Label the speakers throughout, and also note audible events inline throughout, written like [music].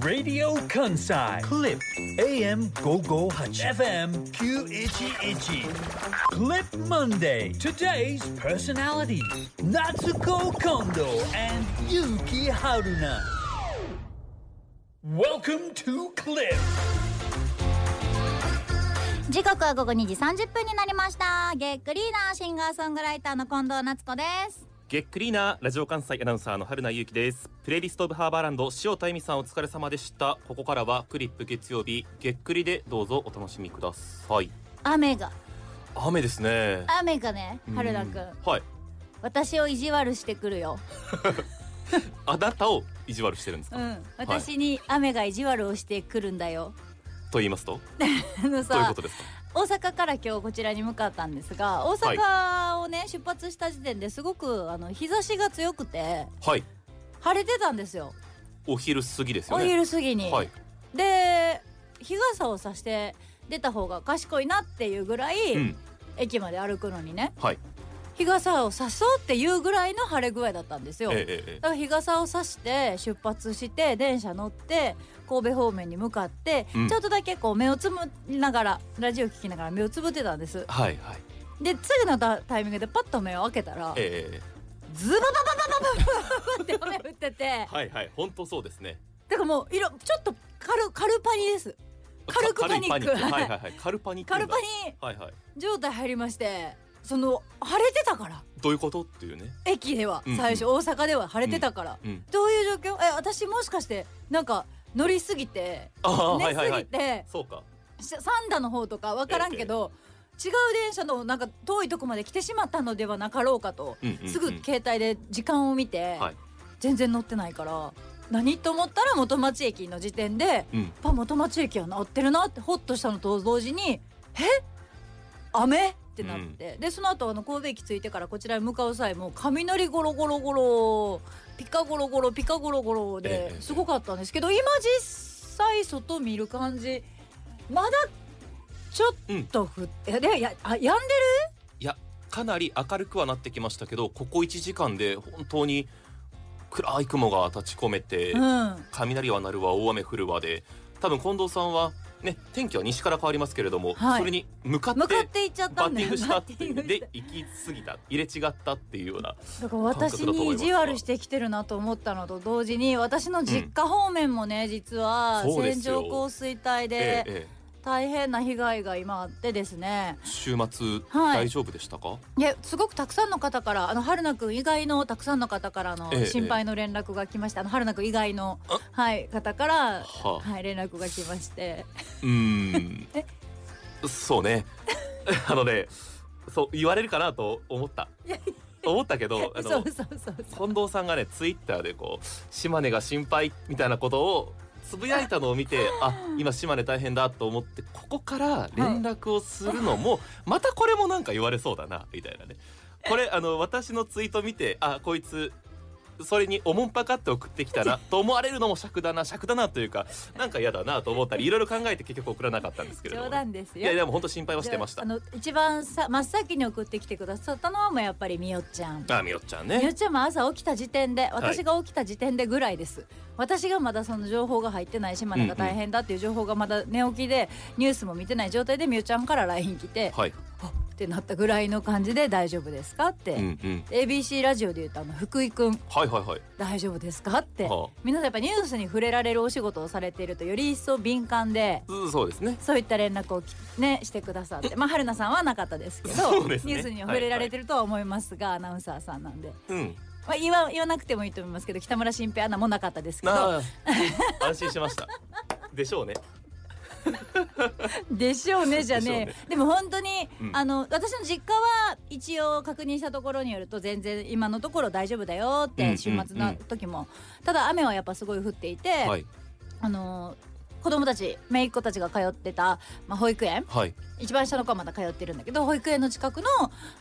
Speaker 1: Radio Kansai Clip AM 558 FM 911 E Clip Monday Today's personality Natsuko Kondo and Yuki Haruna Welcome to Clip
Speaker 2: 時刻は午後2時30分になりましたゲックリーナーシンガーソングライターの近藤夏子です
Speaker 3: ゲックリーナーラジオ関西アナウンサーの春名ゆうきですプレイリストオブハーバーランド塩田恵美さんお疲れ様でしたここからはクリップ月曜日げっくりでどうぞお楽しみください
Speaker 2: 雨が
Speaker 3: 雨ですね
Speaker 2: 雨がね春田くん
Speaker 3: うんはい
Speaker 2: 私を意地悪してくるよ
Speaker 3: あなたを意地悪してるんです
Speaker 2: う
Speaker 3: か、
Speaker 2: ん私に雨が意地悪をしてくるんだよ
Speaker 3: と言いますと
Speaker 2: あの
Speaker 3: どういう
Speaker 2: さ
Speaker 3: ことですか
Speaker 2: 大阪から今日こちらに向かったんですが大阪をね、出発した時点ですごくあの日差しが強くて
Speaker 3: はい
Speaker 2: 晴れてたんですよ
Speaker 3: お昼過ぎですよ
Speaker 2: お
Speaker 3: ね
Speaker 2: 昼過ぎに、
Speaker 3: はい
Speaker 2: で日傘をさして出た方が賢いなっていうぐらい、
Speaker 3: うん
Speaker 2: 駅まで歩くのにね
Speaker 3: はい
Speaker 2: 日傘を差そうっていうぐらいの晴れ具合だったんです
Speaker 3: え
Speaker 2: よ、
Speaker 3: えええええ
Speaker 2: だから日傘を差して出発して電車乗って神戸方面に向かって、
Speaker 3: うん
Speaker 2: ちょっとだけこう目をつむりながらラジオ聞きながら目をつぶってたんです
Speaker 3: はいはい
Speaker 2: で次のタタイミングでパッと目を開けたら
Speaker 3: えええ
Speaker 2: ズババババババババって雨降ってて
Speaker 3: えはいはい本当そうですね
Speaker 2: だからもう色ちょっと軽軽パニです軽く
Speaker 3: か軽い
Speaker 2: パニック
Speaker 3: はいはいはい軽パニック
Speaker 2: 軽パニ
Speaker 3: はいはい
Speaker 2: 状態入りましてその晴れてたから
Speaker 3: どういうことっていうね
Speaker 2: 駅では
Speaker 3: うんうん
Speaker 2: 最初、大阪では晴れてたから、
Speaker 3: うん
Speaker 2: どういう状況え私もしかしてなんか乗りすぎて
Speaker 3: ああ
Speaker 2: 寝
Speaker 3: はい
Speaker 2: す
Speaker 3: はいは
Speaker 2: ぎ
Speaker 3: い
Speaker 2: て、
Speaker 3: そうか
Speaker 2: し三田の方とか分からんけど、違う電車のなんか遠いとこまで来てしまったのではなかろうかと、
Speaker 3: うんうんうん
Speaker 2: すぐ携帯で時間を見て、
Speaker 3: はい
Speaker 2: 全然乗ってないから何と思ったら元町駅の時点で
Speaker 3: うん
Speaker 2: やっぱ元町駅はなってるなってホッとしたのと同時に「え雨?」ってなって、でその後あの神戸駅着いてからこちらに向かう際も雷ゴロゴロゴロピカゴロゴロピカゴロゴロ
Speaker 3: ええ
Speaker 2: ですごかったんですけど、今実際外見る感じまだちょっとふ、いやでやあやんで
Speaker 3: かなり明るくはなってきましたけどここ1時間で本当に暗い雲が立ち込めて、
Speaker 2: る、うん
Speaker 3: 雷は鳴るわ大雨降るわで多分近藤さんはね天気は西から変わりますけれども、
Speaker 2: はい
Speaker 3: それに向かって
Speaker 2: 向かっていっちゃった
Speaker 3: バ
Speaker 2: ん
Speaker 3: ッ
Speaker 2: だ
Speaker 3: テ
Speaker 2: よ
Speaker 3: ィングしたっていう
Speaker 2: バッティング
Speaker 3: で行き過ぎた入れ違ったっていうような
Speaker 2: だから私に意地悪してきてるなと思ったのと同時に私の実家方面もね、実は
Speaker 3: そうで
Speaker 2: 線
Speaker 3: すよ
Speaker 2: 状降水帯
Speaker 3: え
Speaker 2: で
Speaker 3: ええ
Speaker 2: 大変な被害が今あってですね
Speaker 3: え週末、
Speaker 2: はい
Speaker 3: 大丈夫でしたか
Speaker 2: いやすごくたくさんの方からあの春菜くん以外のたくさんの方からの
Speaker 3: ええ
Speaker 2: 心配の連絡が来ました、あの春菜くん以外の、はい、方から、
Speaker 3: はあ、
Speaker 2: はい、連絡が来まして
Speaker 3: うーん
Speaker 2: え
Speaker 3: そうね [laughs] あのねそう言われるかなと思った
Speaker 2: いやい
Speaker 3: 思ったけど
Speaker 2: そ
Speaker 3: あ
Speaker 2: う
Speaker 3: の
Speaker 2: そうそうそう
Speaker 3: 近藤さんがねツイッターでこう島根が心配みたいなことをつぶやいたのを見てあ今島根大変だと思ってここから連絡をするのも、またこれもなんか言われそうだなみたいなねこれあの私のツイート見てあこいつそれにおもんぱかって送ってきた
Speaker 2: [laughs]
Speaker 3: なと思われるのも尺だな尺だなというかなんか嫌だなと思ったりいろいろ考えて結局送らなかったんですけれども
Speaker 2: 冗
Speaker 3: ね、
Speaker 2: 談です
Speaker 3: いや
Speaker 2: よ
Speaker 3: でも本当心配はしてました
Speaker 2: あの一番さ真っ先に送ってきてくださったのはもうやっぱりみよちゃん
Speaker 3: あみよっちゃん
Speaker 2: みよ
Speaker 3: ね
Speaker 2: ちゃんも朝起きた時点で私が起きた時点でぐらいです、私がまだその情報が入ってない島根が大変だっていう情報がまだ寝起きでニュースも見てない状態でみよちゃんから LINE 来て、
Speaker 3: はい、
Speaker 2: あってなったぐらいの感じで大丈夫ですかって、
Speaker 3: うんうん、
Speaker 2: ABC ラジオで言うとあの福井くん
Speaker 3: はいはいはい
Speaker 2: 大丈夫ですかって
Speaker 3: は
Speaker 2: 皆さんやっぱニュースに触れられるお仕事をされているとより一層敏感で
Speaker 3: あうんそうですね
Speaker 2: そういった連絡をきねしてくださってまあ春菜さんはなかったですけど
Speaker 3: そうですね
Speaker 2: ニュースには触れられてるとは思いますが、アナウンサーさんなんで。
Speaker 3: うん
Speaker 2: まあ、言わ言わなくてもいいと思いますけど北村新平アナもなかったですけど
Speaker 3: なあ [laughs] 安心しましたでしょうね
Speaker 2: 「でしょう
Speaker 3: [laughs]
Speaker 2: ね」じゃねえ
Speaker 3: でし
Speaker 2: でも本当に、
Speaker 3: うん
Speaker 2: あの私の実家は一応確認したところによると全然今のところ大丈夫だよっ
Speaker 3: うんう
Speaker 2: て
Speaker 3: ん
Speaker 2: 週末の時も、ただ雨はやっぱすごい降っていて、
Speaker 3: はい
Speaker 2: あの子供たち姪っ子たちが通ってた、まあ、保育園
Speaker 3: はい
Speaker 2: 一番下の子はまだ通ってるんだけど保育園の近くの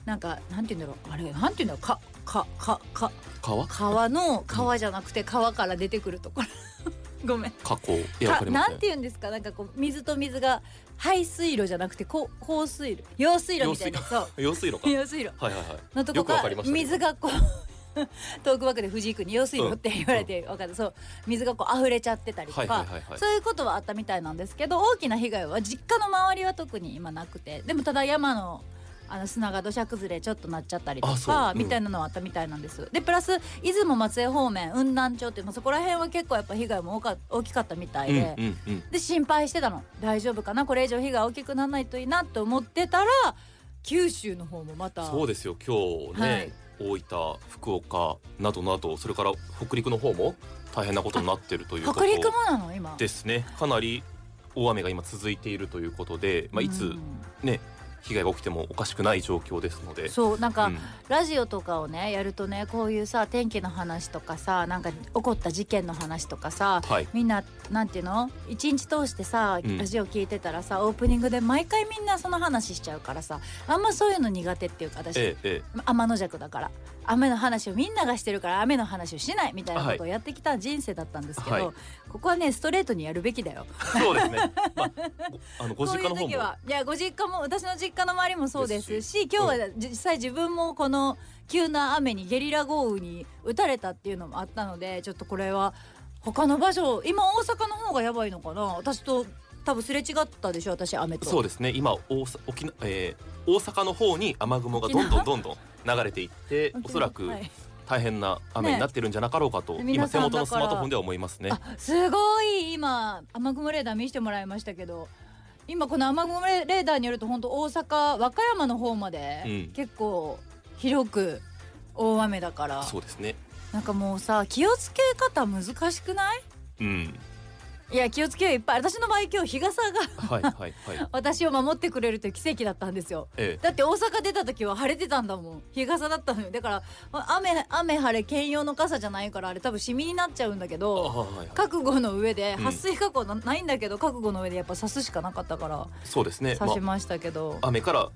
Speaker 2: なんかなんて言うんだろうあれなんて言うんだろうかかかか
Speaker 3: 川
Speaker 2: 川の川じゃなくて川から出てくるところ [laughs] ごめん。
Speaker 3: 河口いやわ
Speaker 2: か
Speaker 3: かりま
Speaker 2: な
Speaker 3: す
Speaker 2: ん
Speaker 3: ね
Speaker 2: て言うんですかなんかこう水と水が排水路じゃなくてこう降水路用水路みたいな
Speaker 3: 用
Speaker 2: そ
Speaker 3: [laughs] 用水路
Speaker 2: う
Speaker 3: か
Speaker 2: 用水路
Speaker 3: はいはいはい
Speaker 2: のと
Speaker 3: よ
Speaker 2: こ
Speaker 3: くわ
Speaker 2: か
Speaker 3: からりましたけど
Speaker 2: 水がこ [laughs] トークバックで藤井君に「用水路」って言われて、わかるそう水がこう溢れちゃってたりとか、
Speaker 3: はいはいはいはい
Speaker 2: そういうことはあったみたいなんですけど大きな被害は実家の周りは特に今なくてでもただ山のあの砂が土砂崩れちょっとなっちゃったりと
Speaker 3: あそう
Speaker 2: か、
Speaker 3: うん
Speaker 2: みたいなのはあったみたいなんですでプラス出雲松江方面雲南町っていう、まあ、そこら辺は結構やっぱ被害も多か大きかったみたいで。
Speaker 3: うんうんうん
Speaker 2: で心配してたの大丈夫かなこれ以上被害大きくならないといいなと思ってたら九州の方もまた
Speaker 3: そうですよ今日ね、大分福岡などなどそれから北陸の方も大変なことになってるということ
Speaker 2: 北陸もなの今
Speaker 3: ですねかなり大雨が今続いているということで、まあ、いつ
Speaker 2: うん
Speaker 3: ね、被害が起きてもおかしくない状況ですので。
Speaker 2: そうなんか、
Speaker 3: うん
Speaker 2: ラジオとかをねやるとねこういうさ天気の話とかさなんか起こった事件の話とかさ
Speaker 3: はい
Speaker 2: みんななんていうの一日通してさ
Speaker 3: うん
Speaker 2: ラジオ聞いてたらさ、オープニングで毎回みんなその話しちゃうからさあんまそういうの苦手っていうか私、
Speaker 3: えええ
Speaker 2: 天の弱だから雨の話をみんながしてるから雨の話をしないみたいなことをやってきた人生だったんですけど、
Speaker 3: はい
Speaker 2: ここはねストレートにやるべきだよ。
Speaker 3: え、そうですね。まあ、ごあのご
Speaker 2: こ
Speaker 3: 実
Speaker 2: うい
Speaker 3: 家の
Speaker 2: う
Speaker 3: 方
Speaker 2: 時
Speaker 3: も
Speaker 2: は、いやご実家も私の実家の周りもそうです
Speaker 3: です
Speaker 2: し今日は実際自分もこの急な雨にゲリラ豪雨に打たれたっていうのもあったのでちょっとこれは他の場所今大阪の方がやばいのかな私と多分すれ違ったでしょ私雨と。
Speaker 3: そうですね。今大阪沖縄、えー大阪の方に雨雲がどんどんどんどん流れていって、おそらく
Speaker 2: はい
Speaker 3: 大変な雨になってるんじゃなかろうかと、
Speaker 2: ね皆
Speaker 3: 今手
Speaker 2: さん
Speaker 3: 元の
Speaker 2: だ
Speaker 3: ス
Speaker 2: から
Speaker 3: マートフォンでは思いますね。
Speaker 2: あすごい今雨雲レーダー見せてもらいましたけど今この雨雲レーダーによると本当大阪和歌山の方まで
Speaker 3: うん
Speaker 2: 結構広く大雨だから、
Speaker 3: そうですね。
Speaker 2: なんかもうさ気をつけ方難しくない
Speaker 3: うん。
Speaker 2: いや気をつけよういっぱい私の場合今日日傘が
Speaker 3: はいはいはい。
Speaker 2: 私を守ってくれるという奇跡だったんですよ [laughs]
Speaker 3: え
Speaker 2: だって大阪出た時は晴れてたんだもん日傘だったのよだからあ雨雨晴れ兼用の傘じゃないからあれ多分シミになっちゃうんだけ
Speaker 3: え、あ
Speaker 2: ど
Speaker 3: はいはい。
Speaker 2: 覚悟の上で
Speaker 3: うん
Speaker 2: 撥水加工なないんだけど、覚悟の上でやっぱ刺すしかなかったから
Speaker 3: そうですね。ま
Speaker 2: 刺しましたけど、
Speaker 3: あ雨から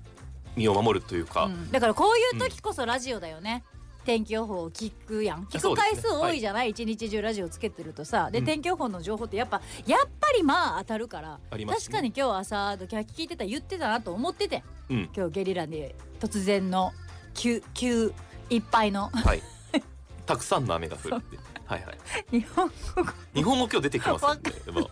Speaker 3: 身を守るというか、
Speaker 2: うんだからこういう時こそラジオだよね、天気予報を聞くやん聞
Speaker 3: そう
Speaker 2: く
Speaker 3: ですね
Speaker 2: 回数多いじゃない、一日中ラジオつけてるとさで、
Speaker 3: うん
Speaker 2: 天気予報の情報ってやっぱやっぱりまあ当たるから、
Speaker 3: ありますね
Speaker 2: 確かに今日朝時聞いてた言ってたなと思ってて
Speaker 3: うん、
Speaker 2: 今日ゲリラに突然の急急いっぱい
Speaker 3: [laughs]
Speaker 2: の [laughs]
Speaker 3: はい。たくさんの雨が降るって。はいはい。
Speaker 2: 日本語
Speaker 3: 日本語今日出てきますんで、まあ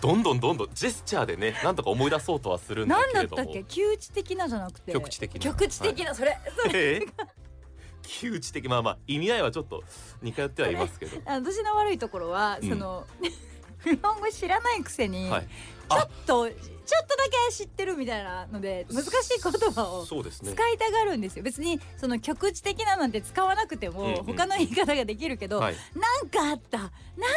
Speaker 3: どんどんどんどんジェスチャーでね、なんとか思い出そうとはするんだ
Speaker 2: 何
Speaker 3: け
Speaker 2: だ
Speaker 3: れ
Speaker 2: っ
Speaker 3: ど
Speaker 2: たっ
Speaker 3: も。
Speaker 2: け窮地的なじゃなくて
Speaker 3: 局地的な
Speaker 2: 局地的な、それ
Speaker 3: [laughs] ええ窮地的まあまあ意味合いはちょっと似通ってはいますけど。
Speaker 2: あの私の悪いところは、
Speaker 3: うん
Speaker 2: その [laughs] 日本語知らないくせに、
Speaker 3: はい。
Speaker 2: ちょっとちょっとだけ知ってるみたいなので難しい言葉を
Speaker 3: そうです
Speaker 2: 使
Speaker 3: ね。
Speaker 2: いたがるんですよ別にその局地的ななんて使わなくても、
Speaker 3: うんうん
Speaker 2: 他の言い方ができるけど、
Speaker 3: はい。
Speaker 2: なんかあったな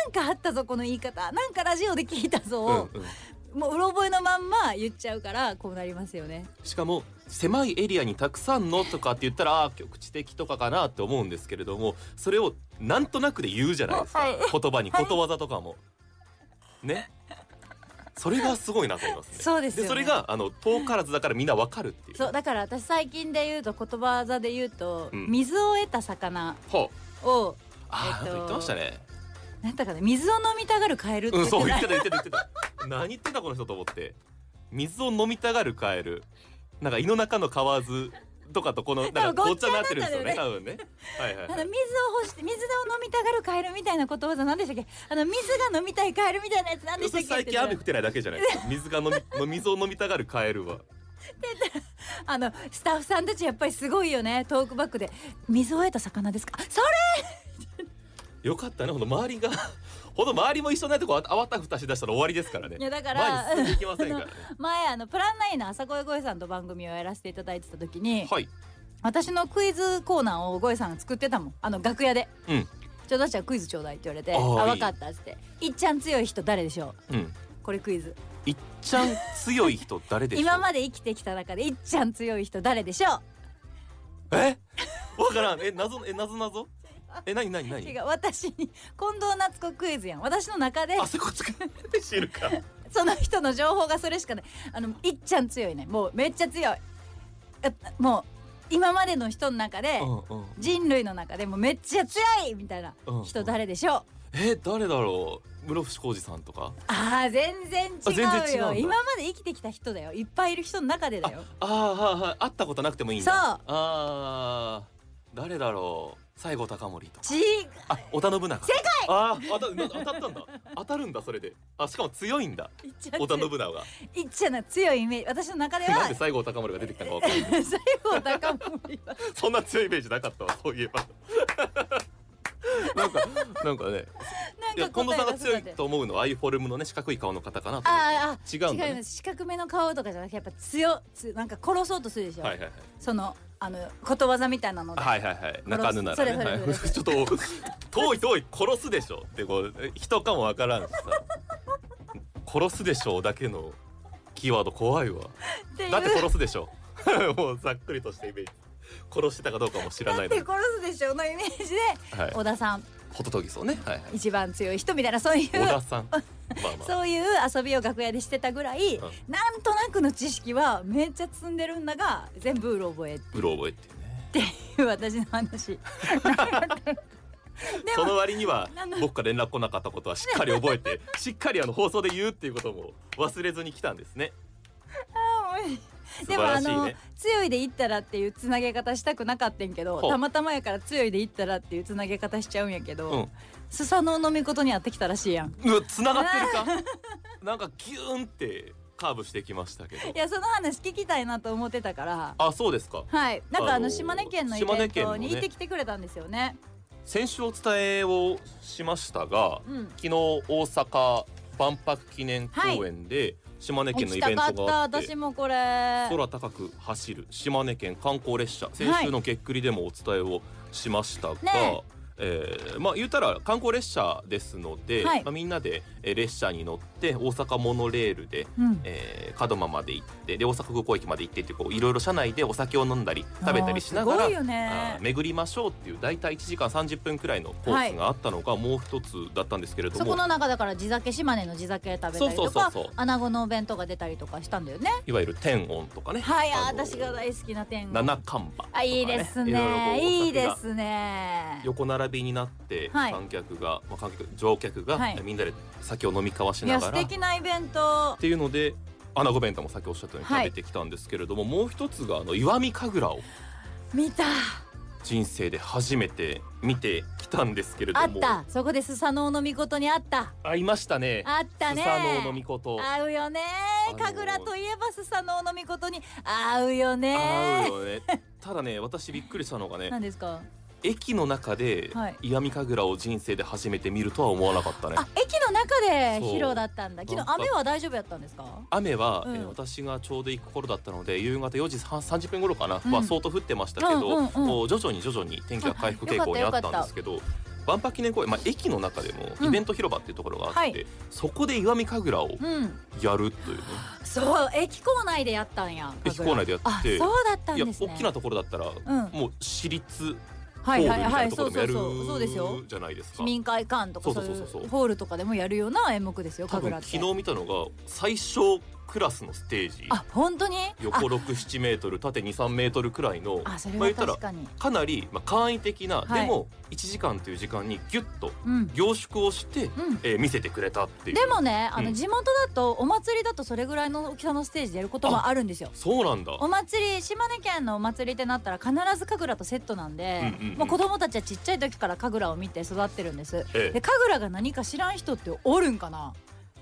Speaker 2: んかあったぞこの言い方なんかラジオで聞いたぞ
Speaker 3: うんう
Speaker 2: を
Speaker 3: ん、。
Speaker 2: もううろ覚えのまんま言っちゃうからこうなりますよね。
Speaker 3: しかも狭いエリアにたくさんのとかって言ったらあー局地的とかかなって思うんですけれどもそれをなんとなくで言うじゃないですか、
Speaker 2: はい
Speaker 3: 言葉にことわざとかも。ねそれがすごいなと思いますね。
Speaker 2: そうですよね
Speaker 3: それがあの遠からずだからみんなわかるっていう。
Speaker 2: そうだから私最近で言うと言葉座で言うと、
Speaker 3: うん
Speaker 2: 水を得た魚
Speaker 3: ほう
Speaker 2: を
Speaker 3: あー、
Speaker 2: えっと
Speaker 3: なんか言ってましたね。
Speaker 2: なんだかね水を飲みたがるカエルって
Speaker 3: う
Speaker 2: 言
Speaker 3: ん
Speaker 2: って
Speaker 3: そう
Speaker 2: ない
Speaker 3: 言ってた言ってた言ってた。何言ってたこの人と思って。水を飲みたがるカエル。なんか胃の中の蛙とかとこのなんか
Speaker 2: 多分
Speaker 3: 紅茶になってるんですよね。
Speaker 2: ご
Speaker 3: 多分ね。はいはい
Speaker 2: あの
Speaker 3: はい
Speaker 2: 水を。欲して水を飲みたがるカエルみたいなことわざなんでしたっけあの水が飲みたいカエルみたいなやつなんでしたっけ
Speaker 3: 最
Speaker 2: って
Speaker 3: 近
Speaker 2: 言っ
Speaker 3: 雨
Speaker 2: て
Speaker 3: 降ってないだけじゃないですか。水が飲み水を飲みたがるカエルは。
Speaker 2: あのスタッフさんたちやっぱりすごいよねトークバックで水を得た魚ですかそ
Speaker 3: よかったね。ほんと周りが [laughs] ほんと周りも一緒になってこうあわたふたしだしたら終わりですからね。
Speaker 2: いやだから
Speaker 3: 前に進んでいきませんからね。
Speaker 2: れ前 [laughs] あのプランナインの朝声声さんと番組をやらせていただいてた時に
Speaker 3: はい。
Speaker 2: 私のクイズコーナーを声さんが作ってたもんあの楽屋で「
Speaker 3: うん
Speaker 2: ちょっと私はクイズちょうだい」って言われて「
Speaker 3: あ
Speaker 2: あ
Speaker 3: ーい
Speaker 2: 分
Speaker 3: い
Speaker 2: かった」っつって「いっちゃん強い人誰でしょ
Speaker 3: うん。
Speaker 2: う?」これクイズ
Speaker 3: いっちゃん強い人誰でしょう。
Speaker 2: 今まで生きてきた中でいっちゃん強い人誰でしょ
Speaker 3: え？わからん。え謎のえ謎謎？え何何
Speaker 2: う
Speaker 3: 何？
Speaker 2: 違う私に近藤夏子クイズやん私の中で [laughs]
Speaker 3: あそういうことか知るか。
Speaker 2: その人の情報がそれしかないあのいっちゃん強いねもうめっちゃ強いえもう今までの人の中で
Speaker 3: うんうん。
Speaker 2: 人類の中でもめっちゃ強いみたいな
Speaker 3: うん
Speaker 2: 人誰でしょう
Speaker 3: え誰だろう。室伏広治さんとか。
Speaker 2: あー全然
Speaker 3: あ全
Speaker 2: 違
Speaker 3: 然違
Speaker 2: う
Speaker 3: うん
Speaker 2: よ
Speaker 3: だ
Speaker 2: 今まで生きてきた人だよいっぱいいる人の中でだよ
Speaker 3: ああはいはい。会ったことなくてもいいんだ。
Speaker 2: そう
Speaker 3: ああ誰だろう。西郷隆盛とか
Speaker 2: 違う
Speaker 3: あ織田信長正解あー当たな当たったんだ当たるんだそれであしかも強いんだ
Speaker 2: いっちゃ
Speaker 3: 織田信長が
Speaker 2: いっちゃな強いイメージ私の中で
Speaker 3: なん
Speaker 2: は
Speaker 3: で西郷隆盛が出てきたかわかんない
Speaker 2: [laughs] 西郷隆盛は
Speaker 3: そんな強いイメージなかったわそういえば [laughs] なんかなんかねい
Speaker 2: な
Speaker 3: や
Speaker 2: んか答
Speaker 3: 近藤
Speaker 2: え
Speaker 3: さ
Speaker 2: が
Speaker 3: んが強い
Speaker 2: 育て
Speaker 3: と思うのはああいうフォルムのね四角い顔の方かなと思って
Speaker 2: あーあ
Speaker 3: 違うんだね
Speaker 2: 違います四角めの顔とかじゃなくてやっぱ強つなんか殺そうとするでしょ、
Speaker 3: はいはいはい
Speaker 2: そのあのことわざみたいなので、
Speaker 3: はいはいはい中ぬな
Speaker 2: そ
Speaker 3: ら
Speaker 2: れ
Speaker 3: ね、
Speaker 2: それ
Speaker 3: はい [laughs]
Speaker 2: それそれ
Speaker 3: ちょっと遠い遠い殺すでしょってこう人かもわからんしさ殺すでしょだけのキーワード怖いわ
Speaker 2: っていう
Speaker 3: だって殺すでしょ [laughs] もうざっくりとしたイメージ殺してたかどうかも知ら
Speaker 2: だ
Speaker 3: な
Speaker 2: っ
Speaker 3: い
Speaker 2: て
Speaker 3: のに
Speaker 2: 殺すでしょのイメージで
Speaker 3: はい
Speaker 2: 小田さん
Speaker 3: ホトトギソねはいはい
Speaker 2: 一番強い人みたいなそういう
Speaker 3: 小田さんまあまあ
Speaker 2: そういう遊びを楽屋でしてたぐらい、
Speaker 3: ん
Speaker 2: なんとなくの知識はめっちゃ積んでるんだが全部うろ覚えっ
Speaker 3: うろ覚えっていうね
Speaker 2: ていう私の
Speaker 3: [laughs]
Speaker 2: 話 [laughs]
Speaker 3: その割には
Speaker 2: なんだ
Speaker 3: 僕から連絡来なかったことはしっかり覚えてしっかりあの放送で言うっていうことも忘れずに来たんですね素
Speaker 2: で
Speaker 3: 晴
Speaker 2: も
Speaker 3: ら
Speaker 2: あ
Speaker 3: しい
Speaker 2: の
Speaker 3: ね
Speaker 2: 強いでいったらっていうつなげ方したくなかったんけど
Speaker 3: ほう
Speaker 2: たまたまやから強いでいったらっていうつなげ方しちゃうんやけど、
Speaker 3: うん
Speaker 2: スサノオのみことにやってきたらしいやん
Speaker 3: うわ繋がってるかなんかギューンってカーブしてきましたけど
Speaker 2: いやその話聞きたいなと思ってたから
Speaker 3: あそうですか
Speaker 2: はいなんかあ
Speaker 3: あの
Speaker 2: の
Speaker 3: ー
Speaker 2: 島根県のイ
Speaker 3: 島
Speaker 2: ベ
Speaker 3: 根
Speaker 2: ン
Speaker 3: 県の
Speaker 2: ト
Speaker 3: ね
Speaker 2: に行ってきてくれたんですよね
Speaker 3: 先週お伝えをしましたが
Speaker 2: うん
Speaker 3: 昨日大阪万博記念公園で島根
Speaker 2: 行
Speaker 3: 県のイ
Speaker 2: き
Speaker 3: ベ
Speaker 2: たか
Speaker 3: ント
Speaker 2: った
Speaker 3: があって
Speaker 2: 私もこれ
Speaker 3: 空高く走る島根県観光列車先週のげっくりでもお伝えをしましたが、
Speaker 2: ね
Speaker 3: えーまあ言うたら観光列車ですので、
Speaker 2: はい
Speaker 3: まあ、みんなでえー列車に乗って大阪モノレールで、
Speaker 2: うん
Speaker 3: えー門真まで行ってで大阪空港駅まで行ってってこういろいろ車内でお酒を飲んだり食べたりしなが
Speaker 2: あーす
Speaker 3: ら
Speaker 2: ごいよね
Speaker 3: あー巡りましょうっていう大体1時間30分くらいのコースがあったのがもう一つだったんですけれど
Speaker 2: そ
Speaker 3: も、
Speaker 2: この中だから地酒島根の地酒食べたり
Speaker 3: そう
Speaker 2: と
Speaker 3: そう
Speaker 2: か
Speaker 3: そうそう
Speaker 2: 穴子のお弁当が出たりとかしたんだよね
Speaker 3: いわゆる天音とかね、
Speaker 2: はいあー
Speaker 3: あのー
Speaker 2: 私が大好きな天狗
Speaker 3: 七冠馬とか、ね、
Speaker 2: あいいです
Speaker 3: いろいろこうお
Speaker 2: ね
Speaker 3: 酒が
Speaker 2: いいですね
Speaker 3: 横並びになって
Speaker 2: はい
Speaker 3: 観客が、まあ、観客乗客が、
Speaker 2: はい
Speaker 3: みんなで酒を飲み交わし
Speaker 2: い
Speaker 3: な
Speaker 2: や
Speaker 3: が
Speaker 2: 素
Speaker 3: らっ
Speaker 2: 敵なイベント
Speaker 3: ていうので穴子弁当もさっきおっしゃったように
Speaker 2: は
Speaker 3: 食
Speaker 2: い
Speaker 3: べてきたんですけれども、もう一つがあの石見神楽を
Speaker 2: 見た
Speaker 3: 人生で初めて見てきたんですけれど
Speaker 2: あっ
Speaker 3: も
Speaker 2: たそこでスサノオの御事にあった
Speaker 3: あいましたね
Speaker 2: あったね
Speaker 3: スサノオの御事
Speaker 2: 合うよね
Speaker 3: あのー
Speaker 2: 神楽といえばスサノオの御事に合うよ
Speaker 3: 合う
Speaker 2: ね
Speaker 3: よねただね私びっくりしたのがね
Speaker 2: 何ですか
Speaker 3: 駅の中で
Speaker 2: はい
Speaker 3: 石見神楽を人生で初めて見るとは思わなかったね
Speaker 2: あ駅の中で
Speaker 3: そう
Speaker 2: 披露だったんだ昨
Speaker 3: なん
Speaker 2: 日
Speaker 3: か
Speaker 2: 雨は大丈夫やったんですか
Speaker 3: 雨は、
Speaker 2: うん
Speaker 3: えー私がちょうど行く頃だったので夕方4時30分頃かな、
Speaker 2: うん
Speaker 3: は相当降ってましたけど、
Speaker 2: うんうんうん
Speaker 3: もう徐々に徐々に天気が回復傾向にあったんですけど万博記念公園、まあ、駅の中で
Speaker 2: う
Speaker 3: も
Speaker 2: ん
Speaker 3: イベント広場っていうところがあって、
Speaker 2: はい
Speaker 3: そこで石見神楽を
Speaker 2: うん
Speaker 3: やるというね、
Speaker 2: そう駅構内でやったんや
Speaker 3: 駅構内でやって
Speaker 2: あそうだったん
Speaker 3: いや
Speaker 2: です
Speaker 3: 大
Speaker 2: ね
Speaker 3: きなところだったら、
Speaker 2: うん
Speaker 3: もう私立ホー
Speaker 2: は
Speaker 3: ル
Speaker 2: い
Speaker 3: み
Speaker 2: は
Speaker 3: た
Speaker 2: い
Speaker 3: い
Speaker 2: は
Speaker 3: ないとこ
Speaker 2: そ
Speaker 3: ろ
Speaker 2: う
Speaker 3: でも
Speaker 2: そ
Speaker 3: や
Speaker 2: う
Speaker 3: る
Speaker 2: そうそうですよ
Speaker 3: じゃないです
Speaker 2: 市
Speaker 3: か。
Speaker 2: 民会館とか
Speaker 3: そ
Speaker 2: そうう
Speaker 3: そう
Speaker 2: い
Speaker 3: そうそう
Speaker 2: うホールとかでもやるような演目ですよ
Speaker 3: 多
Speaker 2: 神
Speaker 3: 分
Speaker 2: 楽
Speaker 3: 昨
Speaker 2: って
Speaker 3: 日見たのが最小クラスのステージ
Speaker 2: あ本当に
Speaker 3: 横67メートル縦23メートルくらいの
Speaker 2: ああそれ
Speaker 3: まあ
Speaker 2: は
Speaker 3: 言ったら
Speaker 2: 確かに
Speaker 3: かなり、まあ、簡易的な、
Speaker 2: はい
Speaker 3: でも1時間という時間にギュッと
Speaker 2: うん
Speaker 3: 凝縮をして、
Speaker 2: うん
Speaker 3: えー見せてくれたっていう
Speaker 2: でもねあ
Speaker 3: う
Speaker 2: の
Speaker 3: ん
Speaker 2: 地元だとお祭りだとそれぐらいの大きさのステージでやることもあるんですよ
Speaker 3: そうなんだ
Speaker 2: お祭り島根県のお祭りってなったら必ず神楽とセットなんで、
Speaker 3: うんうんうん
Speaker 2: もう子供たちはちっちゃい時から神楽を見て育ってるんです
Speaker 3: ええ
Speaker 2: で神楽が何か知らん人っておるんかな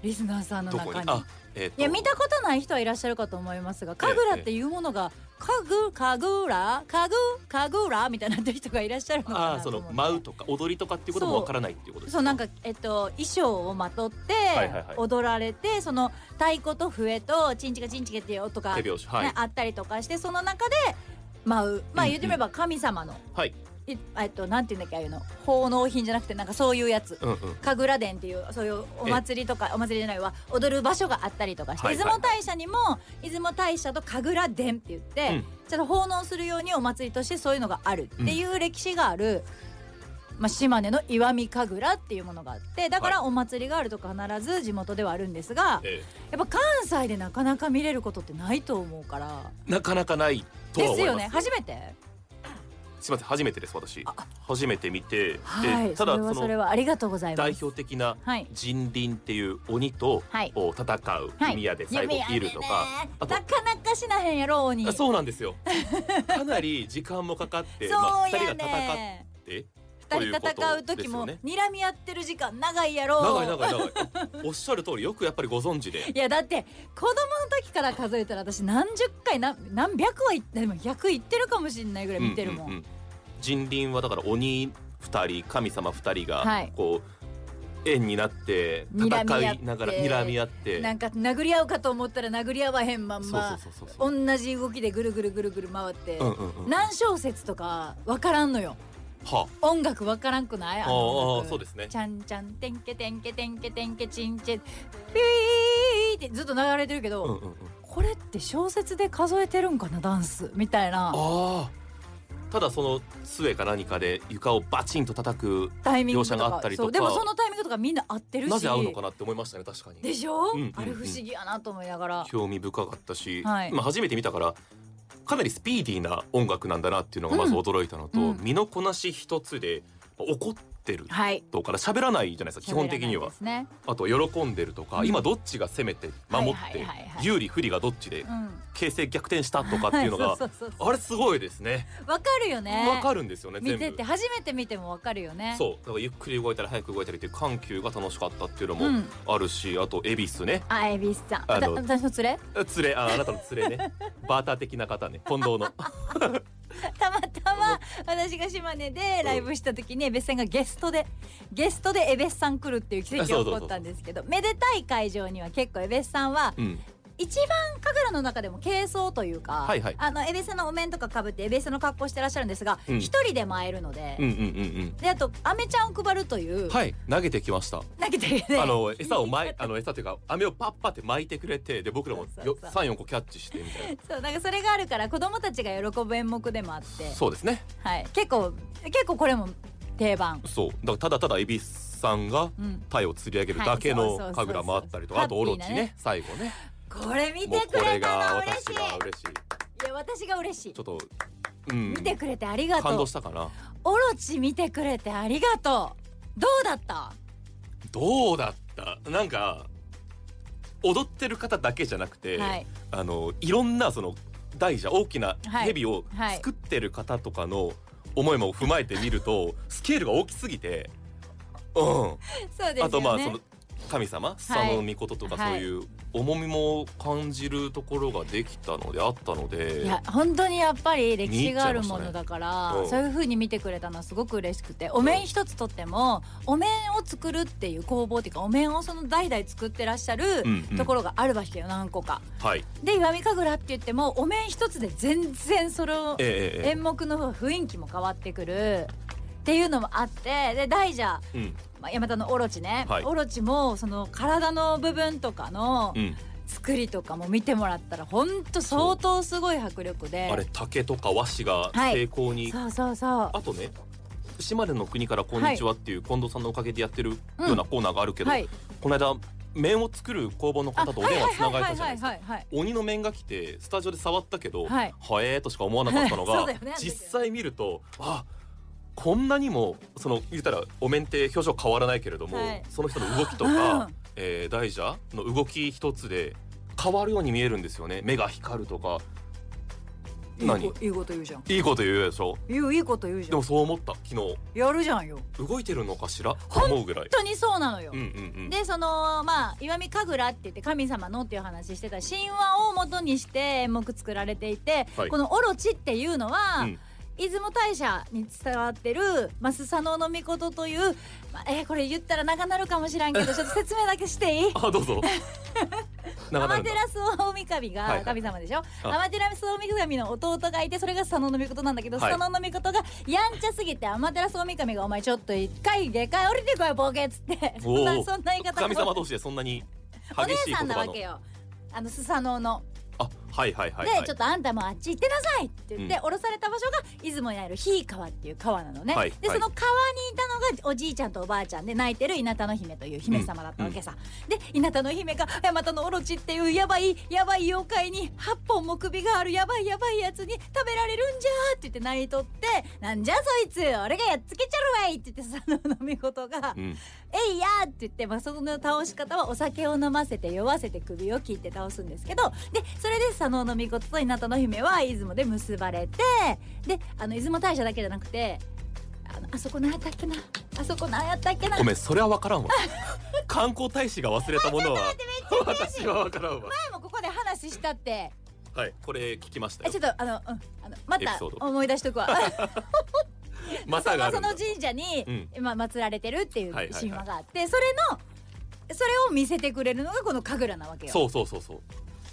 Speaker 2: リスナーさんの
Speaker 3: ど
Speaker 2: 中
Speaker 3: こ
Speaker 2: に
Speaker 3: にあ、えーと
Speaker 2: いや見たことない人はいらっしゃるかと思いますが神楽っていうものが「かぐ」「かぐら」「かぐ」「かぐら」みたいになってる人がいらっしゃるのか
Speaker 3: あ
Speaker 2: な
Speaker 3: ー
Speaker 2: と
Speaker 3: その
Speaker 2: 思って
Speaker 3: 舞うとか踊りとかっていうことも
Speaker 2: そう
Speaker 3: わからないっていうことです
Speaker 2: そうなんかえっと衣装をまとって
Speaker 3: いはいはい
Speaker 2: 踊られてその太鼓と笛とチンチカチンチケっていう音が、
Speaker 3: 手
Speaker 2: ね
Speaker 3: 拍子はい、
Speaker 2: あったりとかしてその中で舞うまあ
Speaker 3: うんう
Speaker 2: 言
Speaker 3: ん
Speaker 2: ってみれば神様の、
Speaker 3: はい
Speaker 2: いえっとなんていうんだっけああいうの奉納品じゃなくてなんかそういうやつ
Speaker 3: うんうん
Speaker 2: 神楽殿っていうそういうお祭りとかお祭りじゃないわ踊る場所があったりとかして、
Speaker 3: はい
Speaker 2: 出雲大社にも出雲大社と神楽殿って言って、
Speaker 3: うん
Speaker 2: ちょっと奉納するようにお祭りとしてそういうのがあるっていう歴史がある、まあ、島根の石見神楽っていうものがあってだからお祭りがあると必ず地元ではあるんですが、
Speaker 3: え
Speaker 2: やっぱ関西でなかなか見れることってないと思うから
Speaker 3: ーなかなかないと
Speaker 2: で
Speaker 3: は思
Speaker 2: す
Speaker 3: い
Speaker 2: よ
Speaker 3: ます
Speaker 2: ね初めて
Speaker 3: すみません初めてです私
Speaker 2: あ
Speaker 3: 初めて見て、
Speaker 2: は
Speaker 3: で
Speaker 2: い
Speaker 3: た
Speaker 2: そ
Speaker 3: だ
Speaker 2: れ
Speaker 3: そ
Speaker 2: はそれ
Speaker 3: の
Speaker 2: はありがとうございま
Speaker 3: 代
Speaker 2: す
Speaker 3: 表的な
Speaker 2: はい
Speaker 3: 人輪っていう鬼と、
Speaker 2: はい
Speaker 3: を戦う弓矢で最後
Speaker 2: 弓
Speaker 3: い
Speaker 2: 矢
Speaker 3: る
Speaker 2: で
Speaker 3: と
Speaker 2: ね
Speaker 3: か、あ
Speaker 2: な
Speaker 3: と
Speaker 2: かなかしなへんやろ鬼
Speaker 3: あそうなんですよかなり時間もかかって、
Speaker 2: そう
Speaker 3: 二人が
Speaker 2: や
Speaker 3: 戦っ
Speaker 2: ね、
Speaker 3: っえ
Speaker 2: 二人戦う時も
Speaker 3: というこ
Speaker 2: 睨み合ってる時間長いやろ
Speaker 3: 長い長い長いあおっしゃる通りよくやっぱりご存知で
Speaker 2: いやだって子供の時から数えたら私何十回何何百は言ってでも100言ってるかもしれないぐらい見てるもん,、
Speaker 3: ううう人倫はだから鬼二人神様二人
Speaker 2: は
Speaker 3: が
Speaker 2: い
Speaker 3: こう円になって戦いながら
Speaker 2: 睨
Speaker 3: 睨
Speaker 2: み
Speaker 3: み合って
Speaker 2: なんか殴り合うかと思ったら殴り合わへんまん
Speaker 3: そう
Speaker 2: ま
Speaker 3: そうそうそうそう
Speaker 2: 同じ動きでぐるぐるぐるぐる回って、
Speaker 3: うんうんうんは
Speaker 2: 何小節とかわからんのよ
Speaker 3: あ
Speaker 2: 音楽わからんくないあ
Speaker 3: あ
Speaker 2: の音
Speaker 3: ああ
Speaker 2: 楽
Speaker 3: そうですね
Speaker 2: ちゃんちゃんてんけてんけてんけてんけちんちんピーってずっと流れてるけど、
Speaker 3: うんうんうん
Speaker 2: これって小説で数えてるんかなダンスみたいな
Speaker 3: ああただその杖か何かで床をバチンと叩く
Speaker 2: タイミングと
Speaker 3: 描写があ
Speaker 2: か
Speaker 3: ったりと
Speaker 2: そ
Speaker 3: か
Speaker 2: うでもそのタイミングとかみんな合ってるし
Speaker 3: なぜ合うのかなって思いましたね確か
Speaker 2: で
Speaker 3: に
Speaker 2: しょ、
Speaker 3: うんうんうん
Speaker 2: あれ不思議やなと思いながら
Speaker 3: 興味深かったし、
Speaker 2: はい
Speaker 3: 今初めて見たからかなりスピーディーな音楽なんだなっていうのがまず驚いたのと、
Speaker 2: うんうん
Speaker 3: 身のこなし一つでまあ怒ってる
Speaker 2: はい
Speaker 3: とから喋らないじゃないですか基本的に
Speaker 2: 喋らない
Speaker 3: は
Speaker 2: ですね
Speaker 3: あと喜んでるとか、
Speaker 2: うん
Speaker 3: 今どっちが攻めて守
Speaker 2: はい
Speaker 3: っ
Speaker 2: はい
Speaker 3: て
Speaker 2: はいはい
Speaker 3: 有利不利がどっちで
Speaker 2: うん
Speaker 3: 形勢逆転したとかっていうの
Speaker 2: [laughs]
Speaker 3: が
Speaker 2: そうそうそう
Speaker 3: あれすごいですね
Speaker 2: わかるよね
Speaker 3: わかるんですよね全
Speaker 2: 見
Speaker 3: 部
Speaker 2: てて初めて見てもわかるよね
Speaker 3: そうだからゆっくり動いたり早く動いたりっていう緩急が楽しかったっていうの
Speaker 2: う
Speaker 3: も
Speaker 2: ん
Speaker 3: あるし、あと恵比寿ね
Speaker 2: あエビスさん
Speaker 3: あ
Speaker 2: あた
Speaker 3: の
Speaker 2: 私の連れ [laughs]
Speaker 3: 連れああなたの連れねバーター的な方ね近藤
Speaker 2: [laughs]
Speaker 3: の
Speaker 2: たまたま私が島根でライブした時にエベスさんがゲストでゲストでエベスさん来るっていう奇跡が起こったんですけどめでたい会場には結構エベスさんは
Speaker 3: うん
Speaker 2: 一番神楽の中でも軽装というか、
Speaker 3: はいはい
Speaker 2: あのエベスさんのお面とかかぶってエベスさんの格好してらっしゃるんですが一、
Speaker 3: うん
Speaker 2: 人で舞えるので、
Speaker 3: うんうんうん
Speaker 2: であとアメちゃんを配るという、
Speaker 3: うんはい投げてきました
Speaker 2: 投げてるね
Speaker 3: あの餌をまいあの餌というか飴をパッパって巻いてくれてで僕らも
Speaker 2: そうそうそう
Speaker 3: 34個キャッチしてみたい
Speaker 2: [laughs] そうなんかそれがあるから子供たちが喜ぶ演目でもあって
Speaker 3: なそうですね
Speaker 2: はい、結構結構これも定番、
Speaker 3: そうだからただただ恵比寿さんが
Speaker 2: うん、
Speaker 3: 鯛を釣り上げるだけ
Speaker 2: はいそうそうそ
Speaker 3: の
Speaker 2: うそう
Speaker 3: 神楽もあったりとかあとオロチ
Speaker 2: ハッピーなね
Speaker 3: ね最後ね
Speaker 2: これ見
Speaker 3: も
Speaker 2: て
Speaker 3: う
Speaker 2: く
Speaker 3: これ
Speaker 2: れ
Speaker 3: が
Speaker 2: たの嬉し
Speaker 3: 私
Speaker 2: い
Speaker 3: が嬉しい
Speaker 2: いや私が嬉しい
Speaker 3: ちょっとうん
Speaker 2: 見てくれてありが
Speaker 3: 感
Speaker 2: とう
Speaker 3: 動したかな
Speaker 2: オロチ見てくれてありがとうどうだった
Speaker 3: どうだったなんか踊ってる方だけじゃなくて、
Speaker 2: はい
Speaker 3: あのいろんなその大蛇大きな
Speaker 2: はい
Speaker 3: 蛇を
Speaker 2: はい
Speaker 3: 作ってる方とか
Speaker 2: [laughs]
Speaker 3: の思いも踏まえてみると、スケールが大きすぎて、うん
Speaker 2: そうですよね
Speaker 3: あとまあその神様スサノの御事とか
Speaker 2: はい
Speaker 3: そういう重みも感じるところができたのであったので、
Speaker 2: いや本当にやっぱり歴史があるも
Speaker 3: 見入っちゃいました
Speaker 2: の
Speaker 3: ね
Speaker 2: だから、
Speaker 3: うん
Speaker 2: そういう風に見てくれたのはすごく嬉しくてお面一つとってもお面を作るっていう工房っていうかお面をその代々作ってらっしゃる
Speaker 3: うんうん
Speaker 2: ところがあるわけよ何個か。
Speaker 3: はい、
Speaker 2: で石見神楽って言ってもお面一つで全然その
Speaker 3: えええええ
Speaker 2: 演目の雰囲気も変わってくるっていうのもあってで大蛇、ま
Speaker 3: えうん
Speaker 2: あ、山田のオロチね、
Speaker 3: はい
Speaker 2: オロチもその体の部分とかの
Speaker 3: うん、
Speaker 2: 作りとかも見てもらったらほんと相当すごい迫力で
Speaker 3: あれ竹とか和紙が
Speaker 2: はい
Speaker 3: 成功に
Speaker 2: そうそうそう
Speaker 3: あとね島根の国からこんにちはっていう近藤さんのおかげでやってるようなコーナーがあるけど、
Speaker 2: はい
Speaker 3: この間麺を作る工房の
Speaker 2: あ
Speaker 3: 方とお電話つながれたじゃないですか
Speaker 2: はいはいはいはいはい
Speaker 3: 鬼の面が来てスタジオで触ったけど、
Speaker 2: はい
Speaker 3: えーとしか思わなかったの
Speaker 2: [laughs] そう
Speaker 3: が、
Speaker 2: だよね
Speaker 3: 実際見るとあこんなにもその言ったらお面って表情変わらないけれども、
Speaker 2: はい
Speaker 3: その人の動きと
Speaker 2: うん
Speaker 3: か、えー大蛇の動き一つで変わるように見えるんですよね目が光るとか何
Speaker 2: いいこいいこと言うじゃん
Speaker 3: いいこと言うでしょ
Speaker 2: 言ういいこと言うじ
Speaker 3: で
Speaker 2: ゃん
Speaker 3: もそう思った昨日
Speaker 2: やるじゃんよ本
Speaker 3: 動いてるのかしらと思うぐらい。
Speaker 2: 当にそうなのよ、
Speaker 3: うんうん
Speaker 2: でそのまあ石見神楽って言って神様のっていう話してた神話を元にして演目作られていて、
Speaker 3: はい
Speaker 2: このオロチっていうのは、
Speaker 3: うん
Speaker 2: 出雲大社に伝わってるマスサノの御事という、まあ、えーこれ言ったら長なるかもしらんけ
Speaker 3: [laughs]
Speaker 2: どちょっと説明だけしていい
Speaker 3: うん。あどう
Speaker 2: [laughs]
Speaker 3: ぞ。
Speaker 2: ア
Speaker 3: 長な
Speaker 2: マ
Speaker 3: るんだ
Speaker 2: テラス大神
Speaker 3: はいは
Speaker 2: が
Speaker 3: い
Speaker 2: 神様でしょ、
Speaker 3: あ
Speaker 2: アマテラス大神の弟がいてそれが佐野の御事なんだけど、
Speaker 3: はい
Speaker 2: 佐野の御事がやんちゃすぎてアマテラス大神が「お前ちょっと一回下界降りてこいボケ」っつってそ [laughs] んな
Speaker 3: おー
Speaker 2: そんな言い方
Speaker 3: 神様同
Speaker 2: 士
Speaker 3: 士でそんなに
Speaker 2: お
Speaker 3: 激
Speaker 2: 姉
Speaker 3: しい言
Speaker 2: さ
Speaker 3: 葉
Speaker 2: んなわ
Speaker 3: の
Speaker 2: け。よあのスサノオの、
Speaker 3: あはいはいはいはい。
Speaker 2: でちょっとあんたもあっち行ってなさいって言って、
Speaker 3: うん
Speaker 2: 降ろされた場所が出雲にある日川っていう川なのね、
Speaker 3: はい
Speaker 2: で
Speaker 3: は
Speaker 2: そ
Speaker 3: い
Speaker 2: の川にいたのがおじいちゃんとおばあちゃんで泣いてる稲田の姫という姫様だったわけさ、で稲田の姫がヤマタのオロチっていうやばいやばい妖怪に8本も首があるやばいやばいやつに食べられるんじゃーって言って泣いとってなんじゃそいつ俺がやっつけちゃるわいって言ってその飲み事が
Speaker 3: うん
Speaker 2: えいやーって言って、まあ、その倒し方はお酒を飲ませて酔わせて首を切って倒すんですけどでそれで佐野の御事と稲田の姫は出雲で結ばれてであの出雲大社だけじゃなくてああのあそこなんやったっけなあそこなんやったっけな
Speaker 3: ごめんそれは分からんわ観光大使が忘れたものは [laughs] 私は分からんわ
Speaker 2: 前もここで話したって
Speaker 3: はいこれ聞きました
Speaker 2: あ
Speaker 3: よ
Speaker 2: ちょっとあの,、うん、あのま
Speaker 3: エピ
Speaker 2: た
Speaker 3: ソード
Speaker 2: 思い出しとくわ
Speaker 3: [laughs] ま
Speaker 2: そ
Speaker 3: さがあ
Speaker 2: の
Speaker 3: る
Speaker 2: そ
Speaker 3: んだ
Speaker 2: の神社に、
Speaker 3: うん
Speaker 2: 今祀られてるっていう
Speaker 3: はいはいはい
Speaker 2: 神話があって、それのそれを見せてくれるのがこの神楽なわけよ
Speaker 3: そうそうそうそう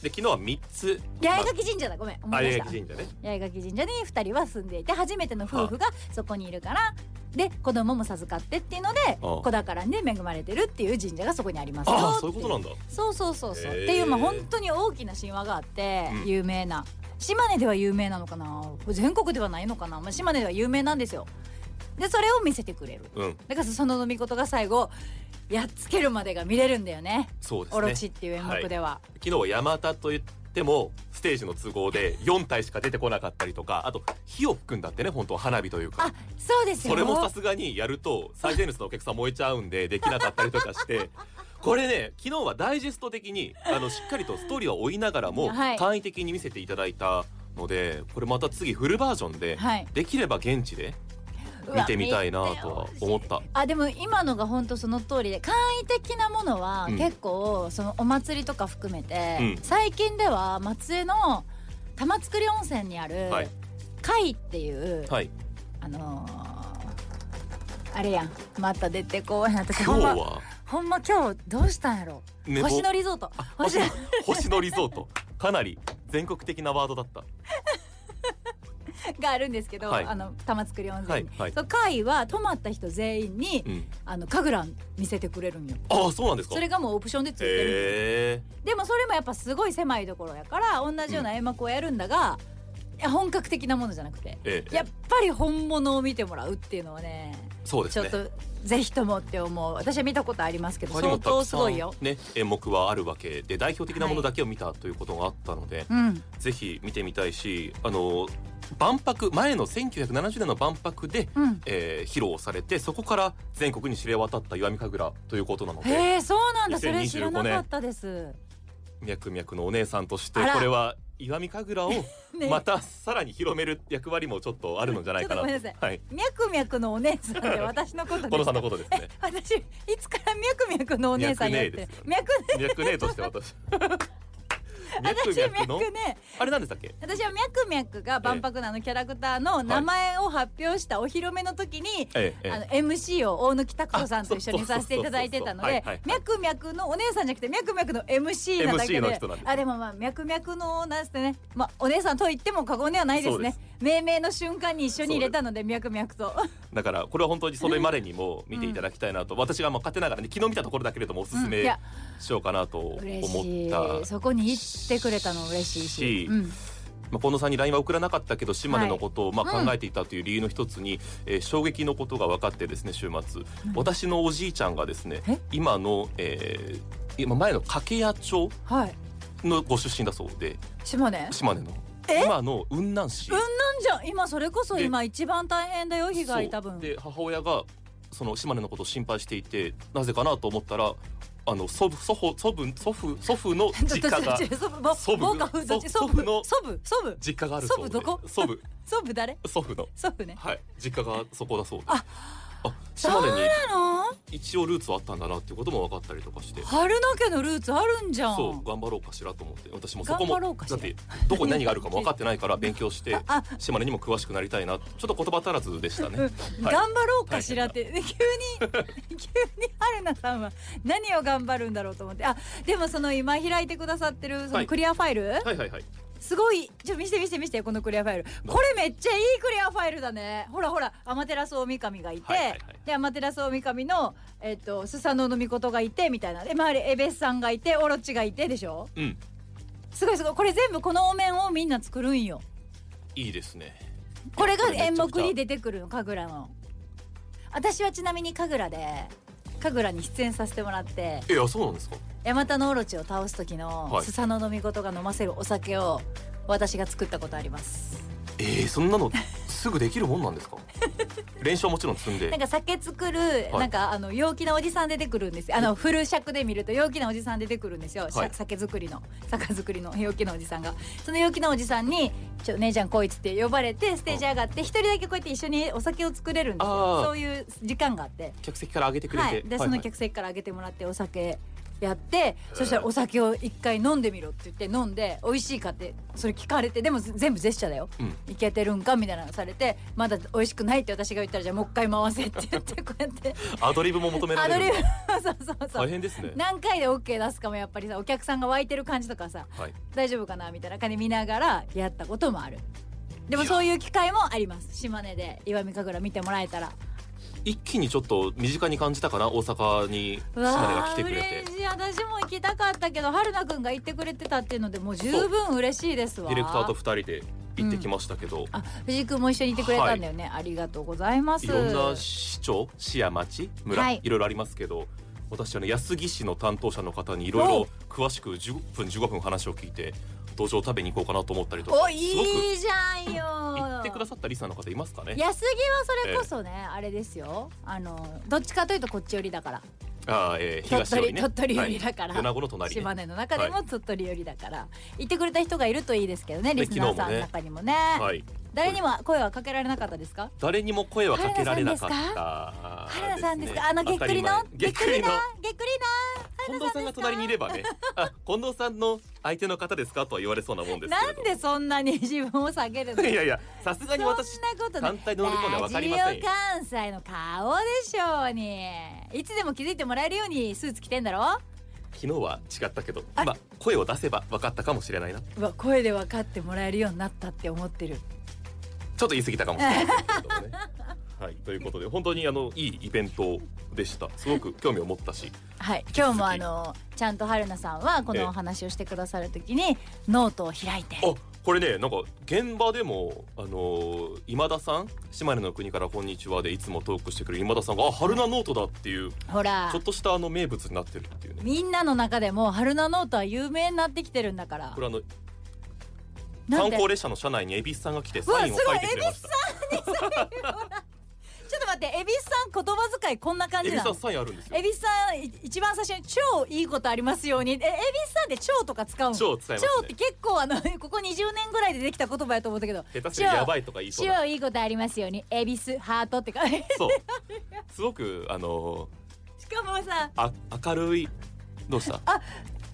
Speaker 3: で昨日は3つ
Speaker 2: 八重垣神社だごめん思
Speaker 3: あ
Speaker 2: い出
Speaker 3: れ
Speaker 2: し
Speaker 3: が
Speaker 2: た
Speaker 3: 神社ね
Speaker 2: 八重垣神社に2人は住んでいて初めての夫婦がそこにいるからで子供も授かってっていうので
Speaker 3: ああ
Speaker 2: 子宝に恵まれてるっていう神社がそこにありますよ
Speaker 3: ああ
Speaker 2: って
Speaker 3: そういうことなんだ
Speaker 2: そうそうそうそう、
Speaker 3: へー
Speaker 2: っていうまあ本当に大きな神話があって
Speaker 3: うん
Speaker 2: 有名な、島根では有名なのかな全国ではないのかな、まあ、島根では有名なんですよでそれを見せてくれる
Speaker 3: うん
Speaker 2: だからその飲み事が最後やっつけるまでが見れるんだよね
Speaker 3: そうですね
Speaker 2: オロチっていう演目では、
Speaker 3: 昨日は山田と言ってもステージの都合で4体しか出てこなかったりとかあと火を含んだってね本当は花火というか
Speaker 2: あそうですよ
Speaker 3: それもさすがにやると最前列のお客さん燃えちゃうんでできなかったりとかしてこれね昨日はダイジェスト的にあのしっかりとストーリーを追いながらも
Speaker 2: はい
Speaker 3: 簡易的に見せていただいたのでこれまた次フルバージョンで、
Speaker 2: はい
Speaker 3: できれば現地で見てみたいなとは思った。
Speaker 2: あでも今のが本当その通りで簡易的なものは
Speaker 3: うん
Speaker 2: 結構そのお祭りとか含めて、
Speaker 3: うん
Speaker 2: 最近では松江の玉造温泉にある
Speaker 3: はい
Speaker 2: 貝っていう、
Speaker 3: はい、
Speaker 2: あのーあれやんまた出てこうへん私
Speaker 3: 今
Speaker 2: ほん
Speaker 3: 日
Speaker 2: ま
Speaker 3: は
Speaker 2: ほんま今日どうしたんやろ
Speaker 3: 寝坊
Speaker 2: 星野リゾート星
Speaker 3: 星
Speaker 2: 野
Speaker 3: 野星野リゾートかなり全国的なワードだった。
Speaker 2: [laughs] があるんですけど、
Speaker 3: はい
Speaker 2: あの玉造温泉に、
Speaker 3: はいはい
Speaker 2: その貝は泊まった人全員に、
Speaker 3: うん、
Speaker 2: あの神楽見せてくれるんよ
Speaker 3: ああそうなんですか。
Speaker 2: それがもうオプションでついてるんよ
Speaker 3: へえ
Speaker 2: でもそれもやっぱすごい狭いところやから同じような演目をやるんだが、いや本格的なものじゃなくて
Speaker 3: ええ
Speaker 2: やっぱり本物を見てもらうっていうのはね
Speaker 3: そうで
Speaker 2: ち
Speaker 3: す
Speaker 2: ょっ
Speaker 3: ね。
Speaker 2: とぜひともって思う私は見たことありますけど
Speaker 3: 他にも
Speaker 2: 相
Speaker 3: たく
Speaker 2: 当
Speaker 3: さ
Speaker 2: す
Speaker 3: ん
Speaker 2: ごいよ。
Speaker 3: ね演目はあるわけで代表的なものだけを見たということがあったので、
Speaker 2: うん、
Speaker 3: ぜひ見てみたいしあの万博前の1970年の万博で、
Speaker 2: うん、
Speaker 3: えー披露されてそこから全国に知れ渡った石見神楽ということなの
Speaker 2: へ
Speaker 3: で
Speaker 2: えそうなんだそれ
Speaker 3: 2025
Speaker 2: 知らなかったです。
Speaker 3: 脈々のお姉さんとして
Speaker 2: あら
Speaker 3: これは石見神楽を
Speaker 2: [laughs] ね、
Speaker 3: またさらに広める役割もちょっとあるのじゃないかな
Speaker 2: ちょっとごめんな
Speaker 3: はい、
Speaker 2: ミャクミャクのお姉さん
Speaker 3: [laughs]
Speaker 2: で私のことです
Speaker 3: 小野さんのことですね
Speaker 2: え私いつからミャクミャクのお姉さんやってるミャク
Speaker 3: 脈ねとし
Speaker 2: [laughs]
Speaker 3: て私脈
Speaker 2: 私ミャ
Speaker 3: 々の
Speaker 2: クね
Speaker 3: あれなんでしたっけ
Speaker 2: 私はミャクミャクが万博なのキャラクターの名前を発表したお披露目の時に、
Speaker 3: ええええ
Speaker 2: あの MC を大貫拓子さんと一緒にさせていただいてたの
Speaker 3: あそうそうそうそうはい
Speaker 2: で
Speaker 3: はいはい
Speaker 2: ミャクミャクのお姉さんじゃなくてミャクミャクの MC なだけ
Speaker 3: MC
Speaker 2: で
Speaker 3: の人なんです
Speaker 2: あでもまあミャクミャクのなんつってね、まあ、お姉さんと言っても過言ではないですね
Speaker 3: そ
Speaker 2: 命名の瞬間に一緒に入れたのでミャクミャクと。
Speaker 3: だからこれは本当にそれまでにも見ていただきたいなと、私がまあ勝手ながらね昨日見たところだけれどもおすす
Speaker 2: うんい
Speaker 3: め
Speaker 2: や
Speaker 3: しようかなと思った、
Speaker 2: 嬉しいそこに行ってくれたの嬉しいし、
Speaker 3: し
Speaker 2: うん、
Speaker 3: まあ、近藤さんに LINE は送らなかったけど島根のことをま
Speaker 2: う
Speaker 3: あ
Speaker 2: ん
Speaker 3: 考えていたという理由の一つに、えー衝撃のことが分かってですね週末、私のおじいちゃんがですね
Speaker 2: え
Speaker 3: 今の、えー今前の掛屋町
Speaker 2: はい
Speaker 3: のご出身だそうで
Speaker 2: 島根なん
Speaker 3: 島根の
Speaker 2: え
Speaker 3: 今の雲南市
Speaker 2: 雲じゃ今それこそ
Speaker 3: で
Speaker 2: 今一番大変だよ被害多
Speaker 3: そう
Speaker 2: 分
Speaker 3: で母親がその島根のことを心配していてなぜかなと思ったらあの祖父祖父祖父祖父祖父
Speaker 2: [laughs]
Speaker 3: の
Speaker 2: ちょ
Speaker 3: 実
Speaker 2: っと
Speaker 3: 家が
Speaker 2: ちょっと祖父ぼ
Speaker 3: 祖父
Speaker 2: ぼうかふうどっち
Speaker 3: 祖
Speaker 2: 祖
Speaker 3: 祖父
Speaker 2: 父
Speaker 3: の
Speaker 2: 祖父祖父
Speaker 3: 実家があるそうで
Speaker 2: 祖父どこ
Speaker 3: 祖父
Speaker 2: [laughs] 祖父誰
Speaker 3: 祖父の
Speaker 2: 祖父ね
Speaker 3: はい実家がそこだそうで
Speaker 2: あ
Speaker 3: あ島根に
Speaker 2: あの
Speaker 3: 一応ルーツはあったんだなっていうことも分かったりとかして
Speaker 2: 春野家のルーツあるんじゃん
Speaker 3: そう頑張ろうかしらと思って私もそこ
Speaker 2: 頑張
Speaker 3: も
Speaker 2: ろうかし
Speaker 3: だ
Speaker 2: ら
Speaker 3: ってどこに何があるかも分かってない
Speaker 2: [laughs]
Speaker 3: から勉強して
Speaker 2: あ
Speaker 3: 島根にも詳しくなりたいなちょっと言葉足らずでしたね
Speaker 2: うん、
Speaker 3: はい
Speaker 2: 頑張ろうかしらって、 [laughs] で急に急に春菜さんは何を頑張るんだろうと思ってあでもその今開いてくださってるそ
Speaker 3: は
Speaker 2: の
Speaker 3: い
Speaker 2: クリアファイル、
Speaker 3: はいはいはい
Speaker 2: すごいちょ見せて見せて見せてこのクリアファイルこれめっちゃいいクリアファイルだねほらほらアマテラスオオミカミがいて、
Speaker 3: はいはいはい
Speaker 2: でアマテラスオオミカミの、えっとスサノオノミコトがいてみたいなで周りエベスさんがいてオロチがいてでしょ
Speaker 3: うん
Speaker 2: すごいすごいこれ全部このお面をみんな作るんよ
Speaker 3: いいですね
Speaker 2: これが演目
Speaker 3: めちゃくちゃ
Speaker 2: に出てくるの神楽の私はちなみに神楽で神楽に出演させてもらって
Speaker 3: いやそうなんですか
Speaker 2: ヤマタノオロチを倒す時の
Speaker 3: はい
Speaker 2: スサノオノミコトが飲ませるお酒を私が作ったことあります
Speaker 3: えー、そんなのすすぐできるもんなんですか練習はもちろん積んで
Speaker 2: なんか酒作る、
Speaker 3: はい
Speaker 2: なんかあの陽気なおじさん出てくるんですよあのフル尺で見ると陽気なおじさん出てくるんですよ、しゃ
Speaker 3: はい
Speaker 2: 酒作りの [laughs] 酒作りの陽気なおじさんがその陽気なおじさんに「ちょ姉ちゃんこいつ」って呼ばれてステージ上がって一人だけこうやって一緒にお酒を作れるんです
Speaker 3: あ
Speaker 2: よ
Speaker 3: ー
Speaker 2: そういう時間があって
Speaker 3: 客席から上げてくれて、
Speaker 2: はいでその客席からあげてもらってお酒やってそしたら
Speaker 3: へー
Speaker 2: お酒を一回飲んでみろって言って飲んで美味しいかってそれ聞かれてでも全部ジェスチャーだよ
Speaker 3: うん
Speaker 2: いけてるんかみたいなのされてまだ美味しくないって私が言ったらじゃあもう一回回せって言ってこうやって
Speaker 3: アドリブも求めら
Speaker 2: アド
Speaker 3: れ
Speaker 2: リ
Speaker 3: る
Speaker 2: ブそうそうそ
Speaker 3: 大
Speaker 2: う
Speaker 3: 変ですね
Speaker 2: 何回で OK 出すかもやっぱりさお客さんが湧いてる感じとかさ
Speaker 3: はい
Speaker 2: 大丈夫かなみたいな感じ見ながらやったこともあるでもそういう機会もあります島根で石見神楽見てもらえたら
Speaker 3: 一気にちょっと身近に感じたかな大阪に
Speaker 2: う
Speaker 3: 島根が
Speaker 2: わ
Speaker 3: 来
Speaker 2: ー
Speaker 3: てくれて
Speaker 2: 嬉しい私も行きたかったけど春菜くんが行ってくれてたっていうのでもう十分嬉しいです
Speaker 3: デ
Speaker 2: わ
Speaker 3: ィレクターと二人で行ってきましたけど、
Speaker 2: あ藤井くんも一緒にいてくれたんだよね、ありがとうございます
Speaker 3: いろんな市町市や町村、
Speaker 2: はい
Speaker 3: い、ろいろありますけど私あの安来市の担当者の方にいろいろ詳しく10分15分話を聞いて土壌を食べに行こうかなと思ったりと
Speaker 2: お
Speaker 3: か
Speaker 2: い
Speaker 3: すごく
Speaker 2: いじゃんよ
Speaker 3: 行ってくださったリスナーの方いますかね
Speaker 2: 安木はそれこそね、あれですよあのどっちかというとこっち寄りだから
Speaker 3: あー、えー、
Speaker 2: 鳥
Speaker 3: 東寄
Speaker 2: 取
Speaker 3: りね
Speaker 2: 鳥取寄りだから、
Speaker 3: はい、米子の隣ね
Speaker 2: 島根の中でも鳥取寄りだから、行ってくれた人がいるといいですけどねリスナーさんの中にもね
Speaker 3: はい、
Speaker 2: 誰にも声はかけられなかったですか
Speaker 3: 誰にも声はかけられなかった
Speaker 2: 原田さんですか、
Speaker 3: ね
Speaker 2: あのげっくりの
Speaker 3: 当た前
Speaker 2: げっくりのげっくり
Speaker 3: 近藤さんが隣にいればねあ近藤さんの相手の方ですかとは言われそうなもんですけれ
Speaker 2: なな
Speaker 3: ど
Speaker 2: んでそんなに自分を下げるの
Speaker 3: いやいやさすがに私
Speaker 2: そんなことない
Speaker 3: 単体で乗り込んでは分かりませんよ
Speaker 2: ラジオ関西の顔でしょうにいつでも気づいてもらえるようにスーツ着てんだろ
Speaker 3: 昨日は違ったけど
Speaker 2: あれ
Speaker 3: まあ声を出せば分かったかもしれないなち
Speaker 2: うわ声で分かってもらえるようになったって思ってる
Speaker 3: ょっと言い過ぎたかもしれないけれどもねはいということで本当にあのいいイベントでしたすごく興味を持ったし
Speaker 2: はい
Speaker 3: き
Speaker 2: 今日もあのちゃんと春菜さんはこのお話をしてくださるときにノートを開いて
Speaker 3: あこれねなんか現場でもあのー今田さん島根の国からこんにちはでいつもトークしてくる今田さんがあ春菜ノートだっていうち
Speaker 2: ほら
Speaker 3: ょっとしたあの名物になってるっていうね
Speaker 2: みんなの中でも春菜ノートは有名になってきてるんだから
Speaker 3: これあの
Speaker 2: なん
Speaker 3: 観
Speaker 2: で
Speaker 3: 光列車の車内に恵比寿さんが来て
Speaker 2: うわ
Speaker 3: サインを書いてくれました
Speaker 2: ちょっと待って、エビスさん言葉遣いこんな感
Speaker 3: 恵
Speaker 2: じ
Speaker 3: 比寿
Speaker 2: なの
Speaker 3: さん。サインあるんですよ
Speaker 2: エビスさんい一番最初に超いいことありますように。え、エビスさんで超とか使うの。
Speaker 3: 超使いますね
Speaker 2: 超って結構あの [laughs] ここ20年ぐらいでできた言葉やと思ったけど。
Speaker 3: 下手すりゃやばいとか言いそう
Speaker 2: 超
Speaker 3: な
Speaker 2: 超いいことありますように。エビスハートってか。 [laughs] し
Speaker 3: そうすごくあの
Speaker 2: かもさ、
Speaker 3: ーあ明るいどうした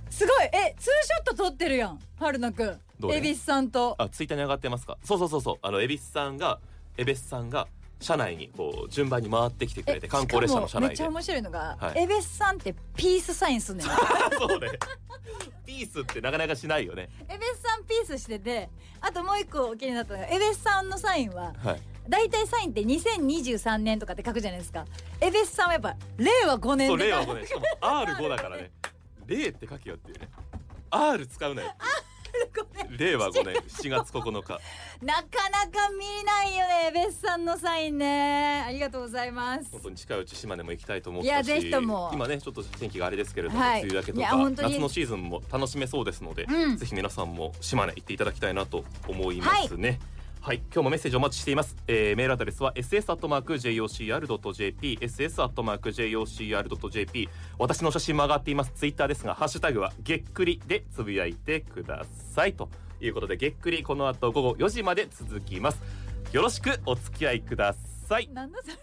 Speaker 2: すごいえツーショット撮ってるやん。春菜くん
Speaker 3: ど。れ
Speaker 2: エビスさんと。
Speaker 3: あツイッターに上がってますかそうそうそうそうあの恵比寿さんが恵比寿さんが車内にこう順番に回ってきてくれて観光列車の車内
Speaker 2: しか
Speaker 3: で
Speaker 2: もめっちゃ面白いのが、
Speaker 3: はい
Speaker 2: エビスさんってピースサインすん
Speaker 3: [laughs]
Speaker 2: ねん。
Speaker 3: そうね。ピースってなかなかしないよね。
Speaker 2: エビスさんピースしてて、あともう一個気になったのがエビスさんのサインは。
Speaker 3: はい。
Speaker 2: 大体サインって2023年とかって書くじゃないですかエベスさんはやっぱ令和5
Speaker 3: そ
Speaker 2: 年
Speaker 3: う
Speaker 2: で
Speaker 3: 令和五年しかも R 五だから [laughs] ね。令って書けよっていうね。R 使うなよっていう。令和五 [laughs] 年7月9日。
Speaker 2: [laughs] なかなか見ないよねエベスさんのサインねありがとうございます
Speaker 3: 本当に近いうち島根も行きたいと思った
Speaker 2: い
Speaker 3: し。
Speaker 2: やぜひとも
Speaker 3: 今ねちょっと天気があれですけれども、
Speaker 2: はい
Speaker 3: 梅雨明けと
Speaker 2: いや
Speaker 3: か
Speaker 2: 本当に
Speaker 3: 夏のシーズンも楽しめそうですので、
Speaker 2: うん
Speaker 3: ぜひ皆さんも島根行っていただきたいなと思いますね。はい、今日もメッセージお待ちしています。えー、メールアドレスは ss@jocr.jp、ss@jocr.jp。私の写真も上がっています。ツイッターですが、ハッシュタグはげっくりでつぶやいてくださいということで、げっくりこの後午後4時まで続きます。よろしくお付き合いください。
Speaker 2: なんだそれ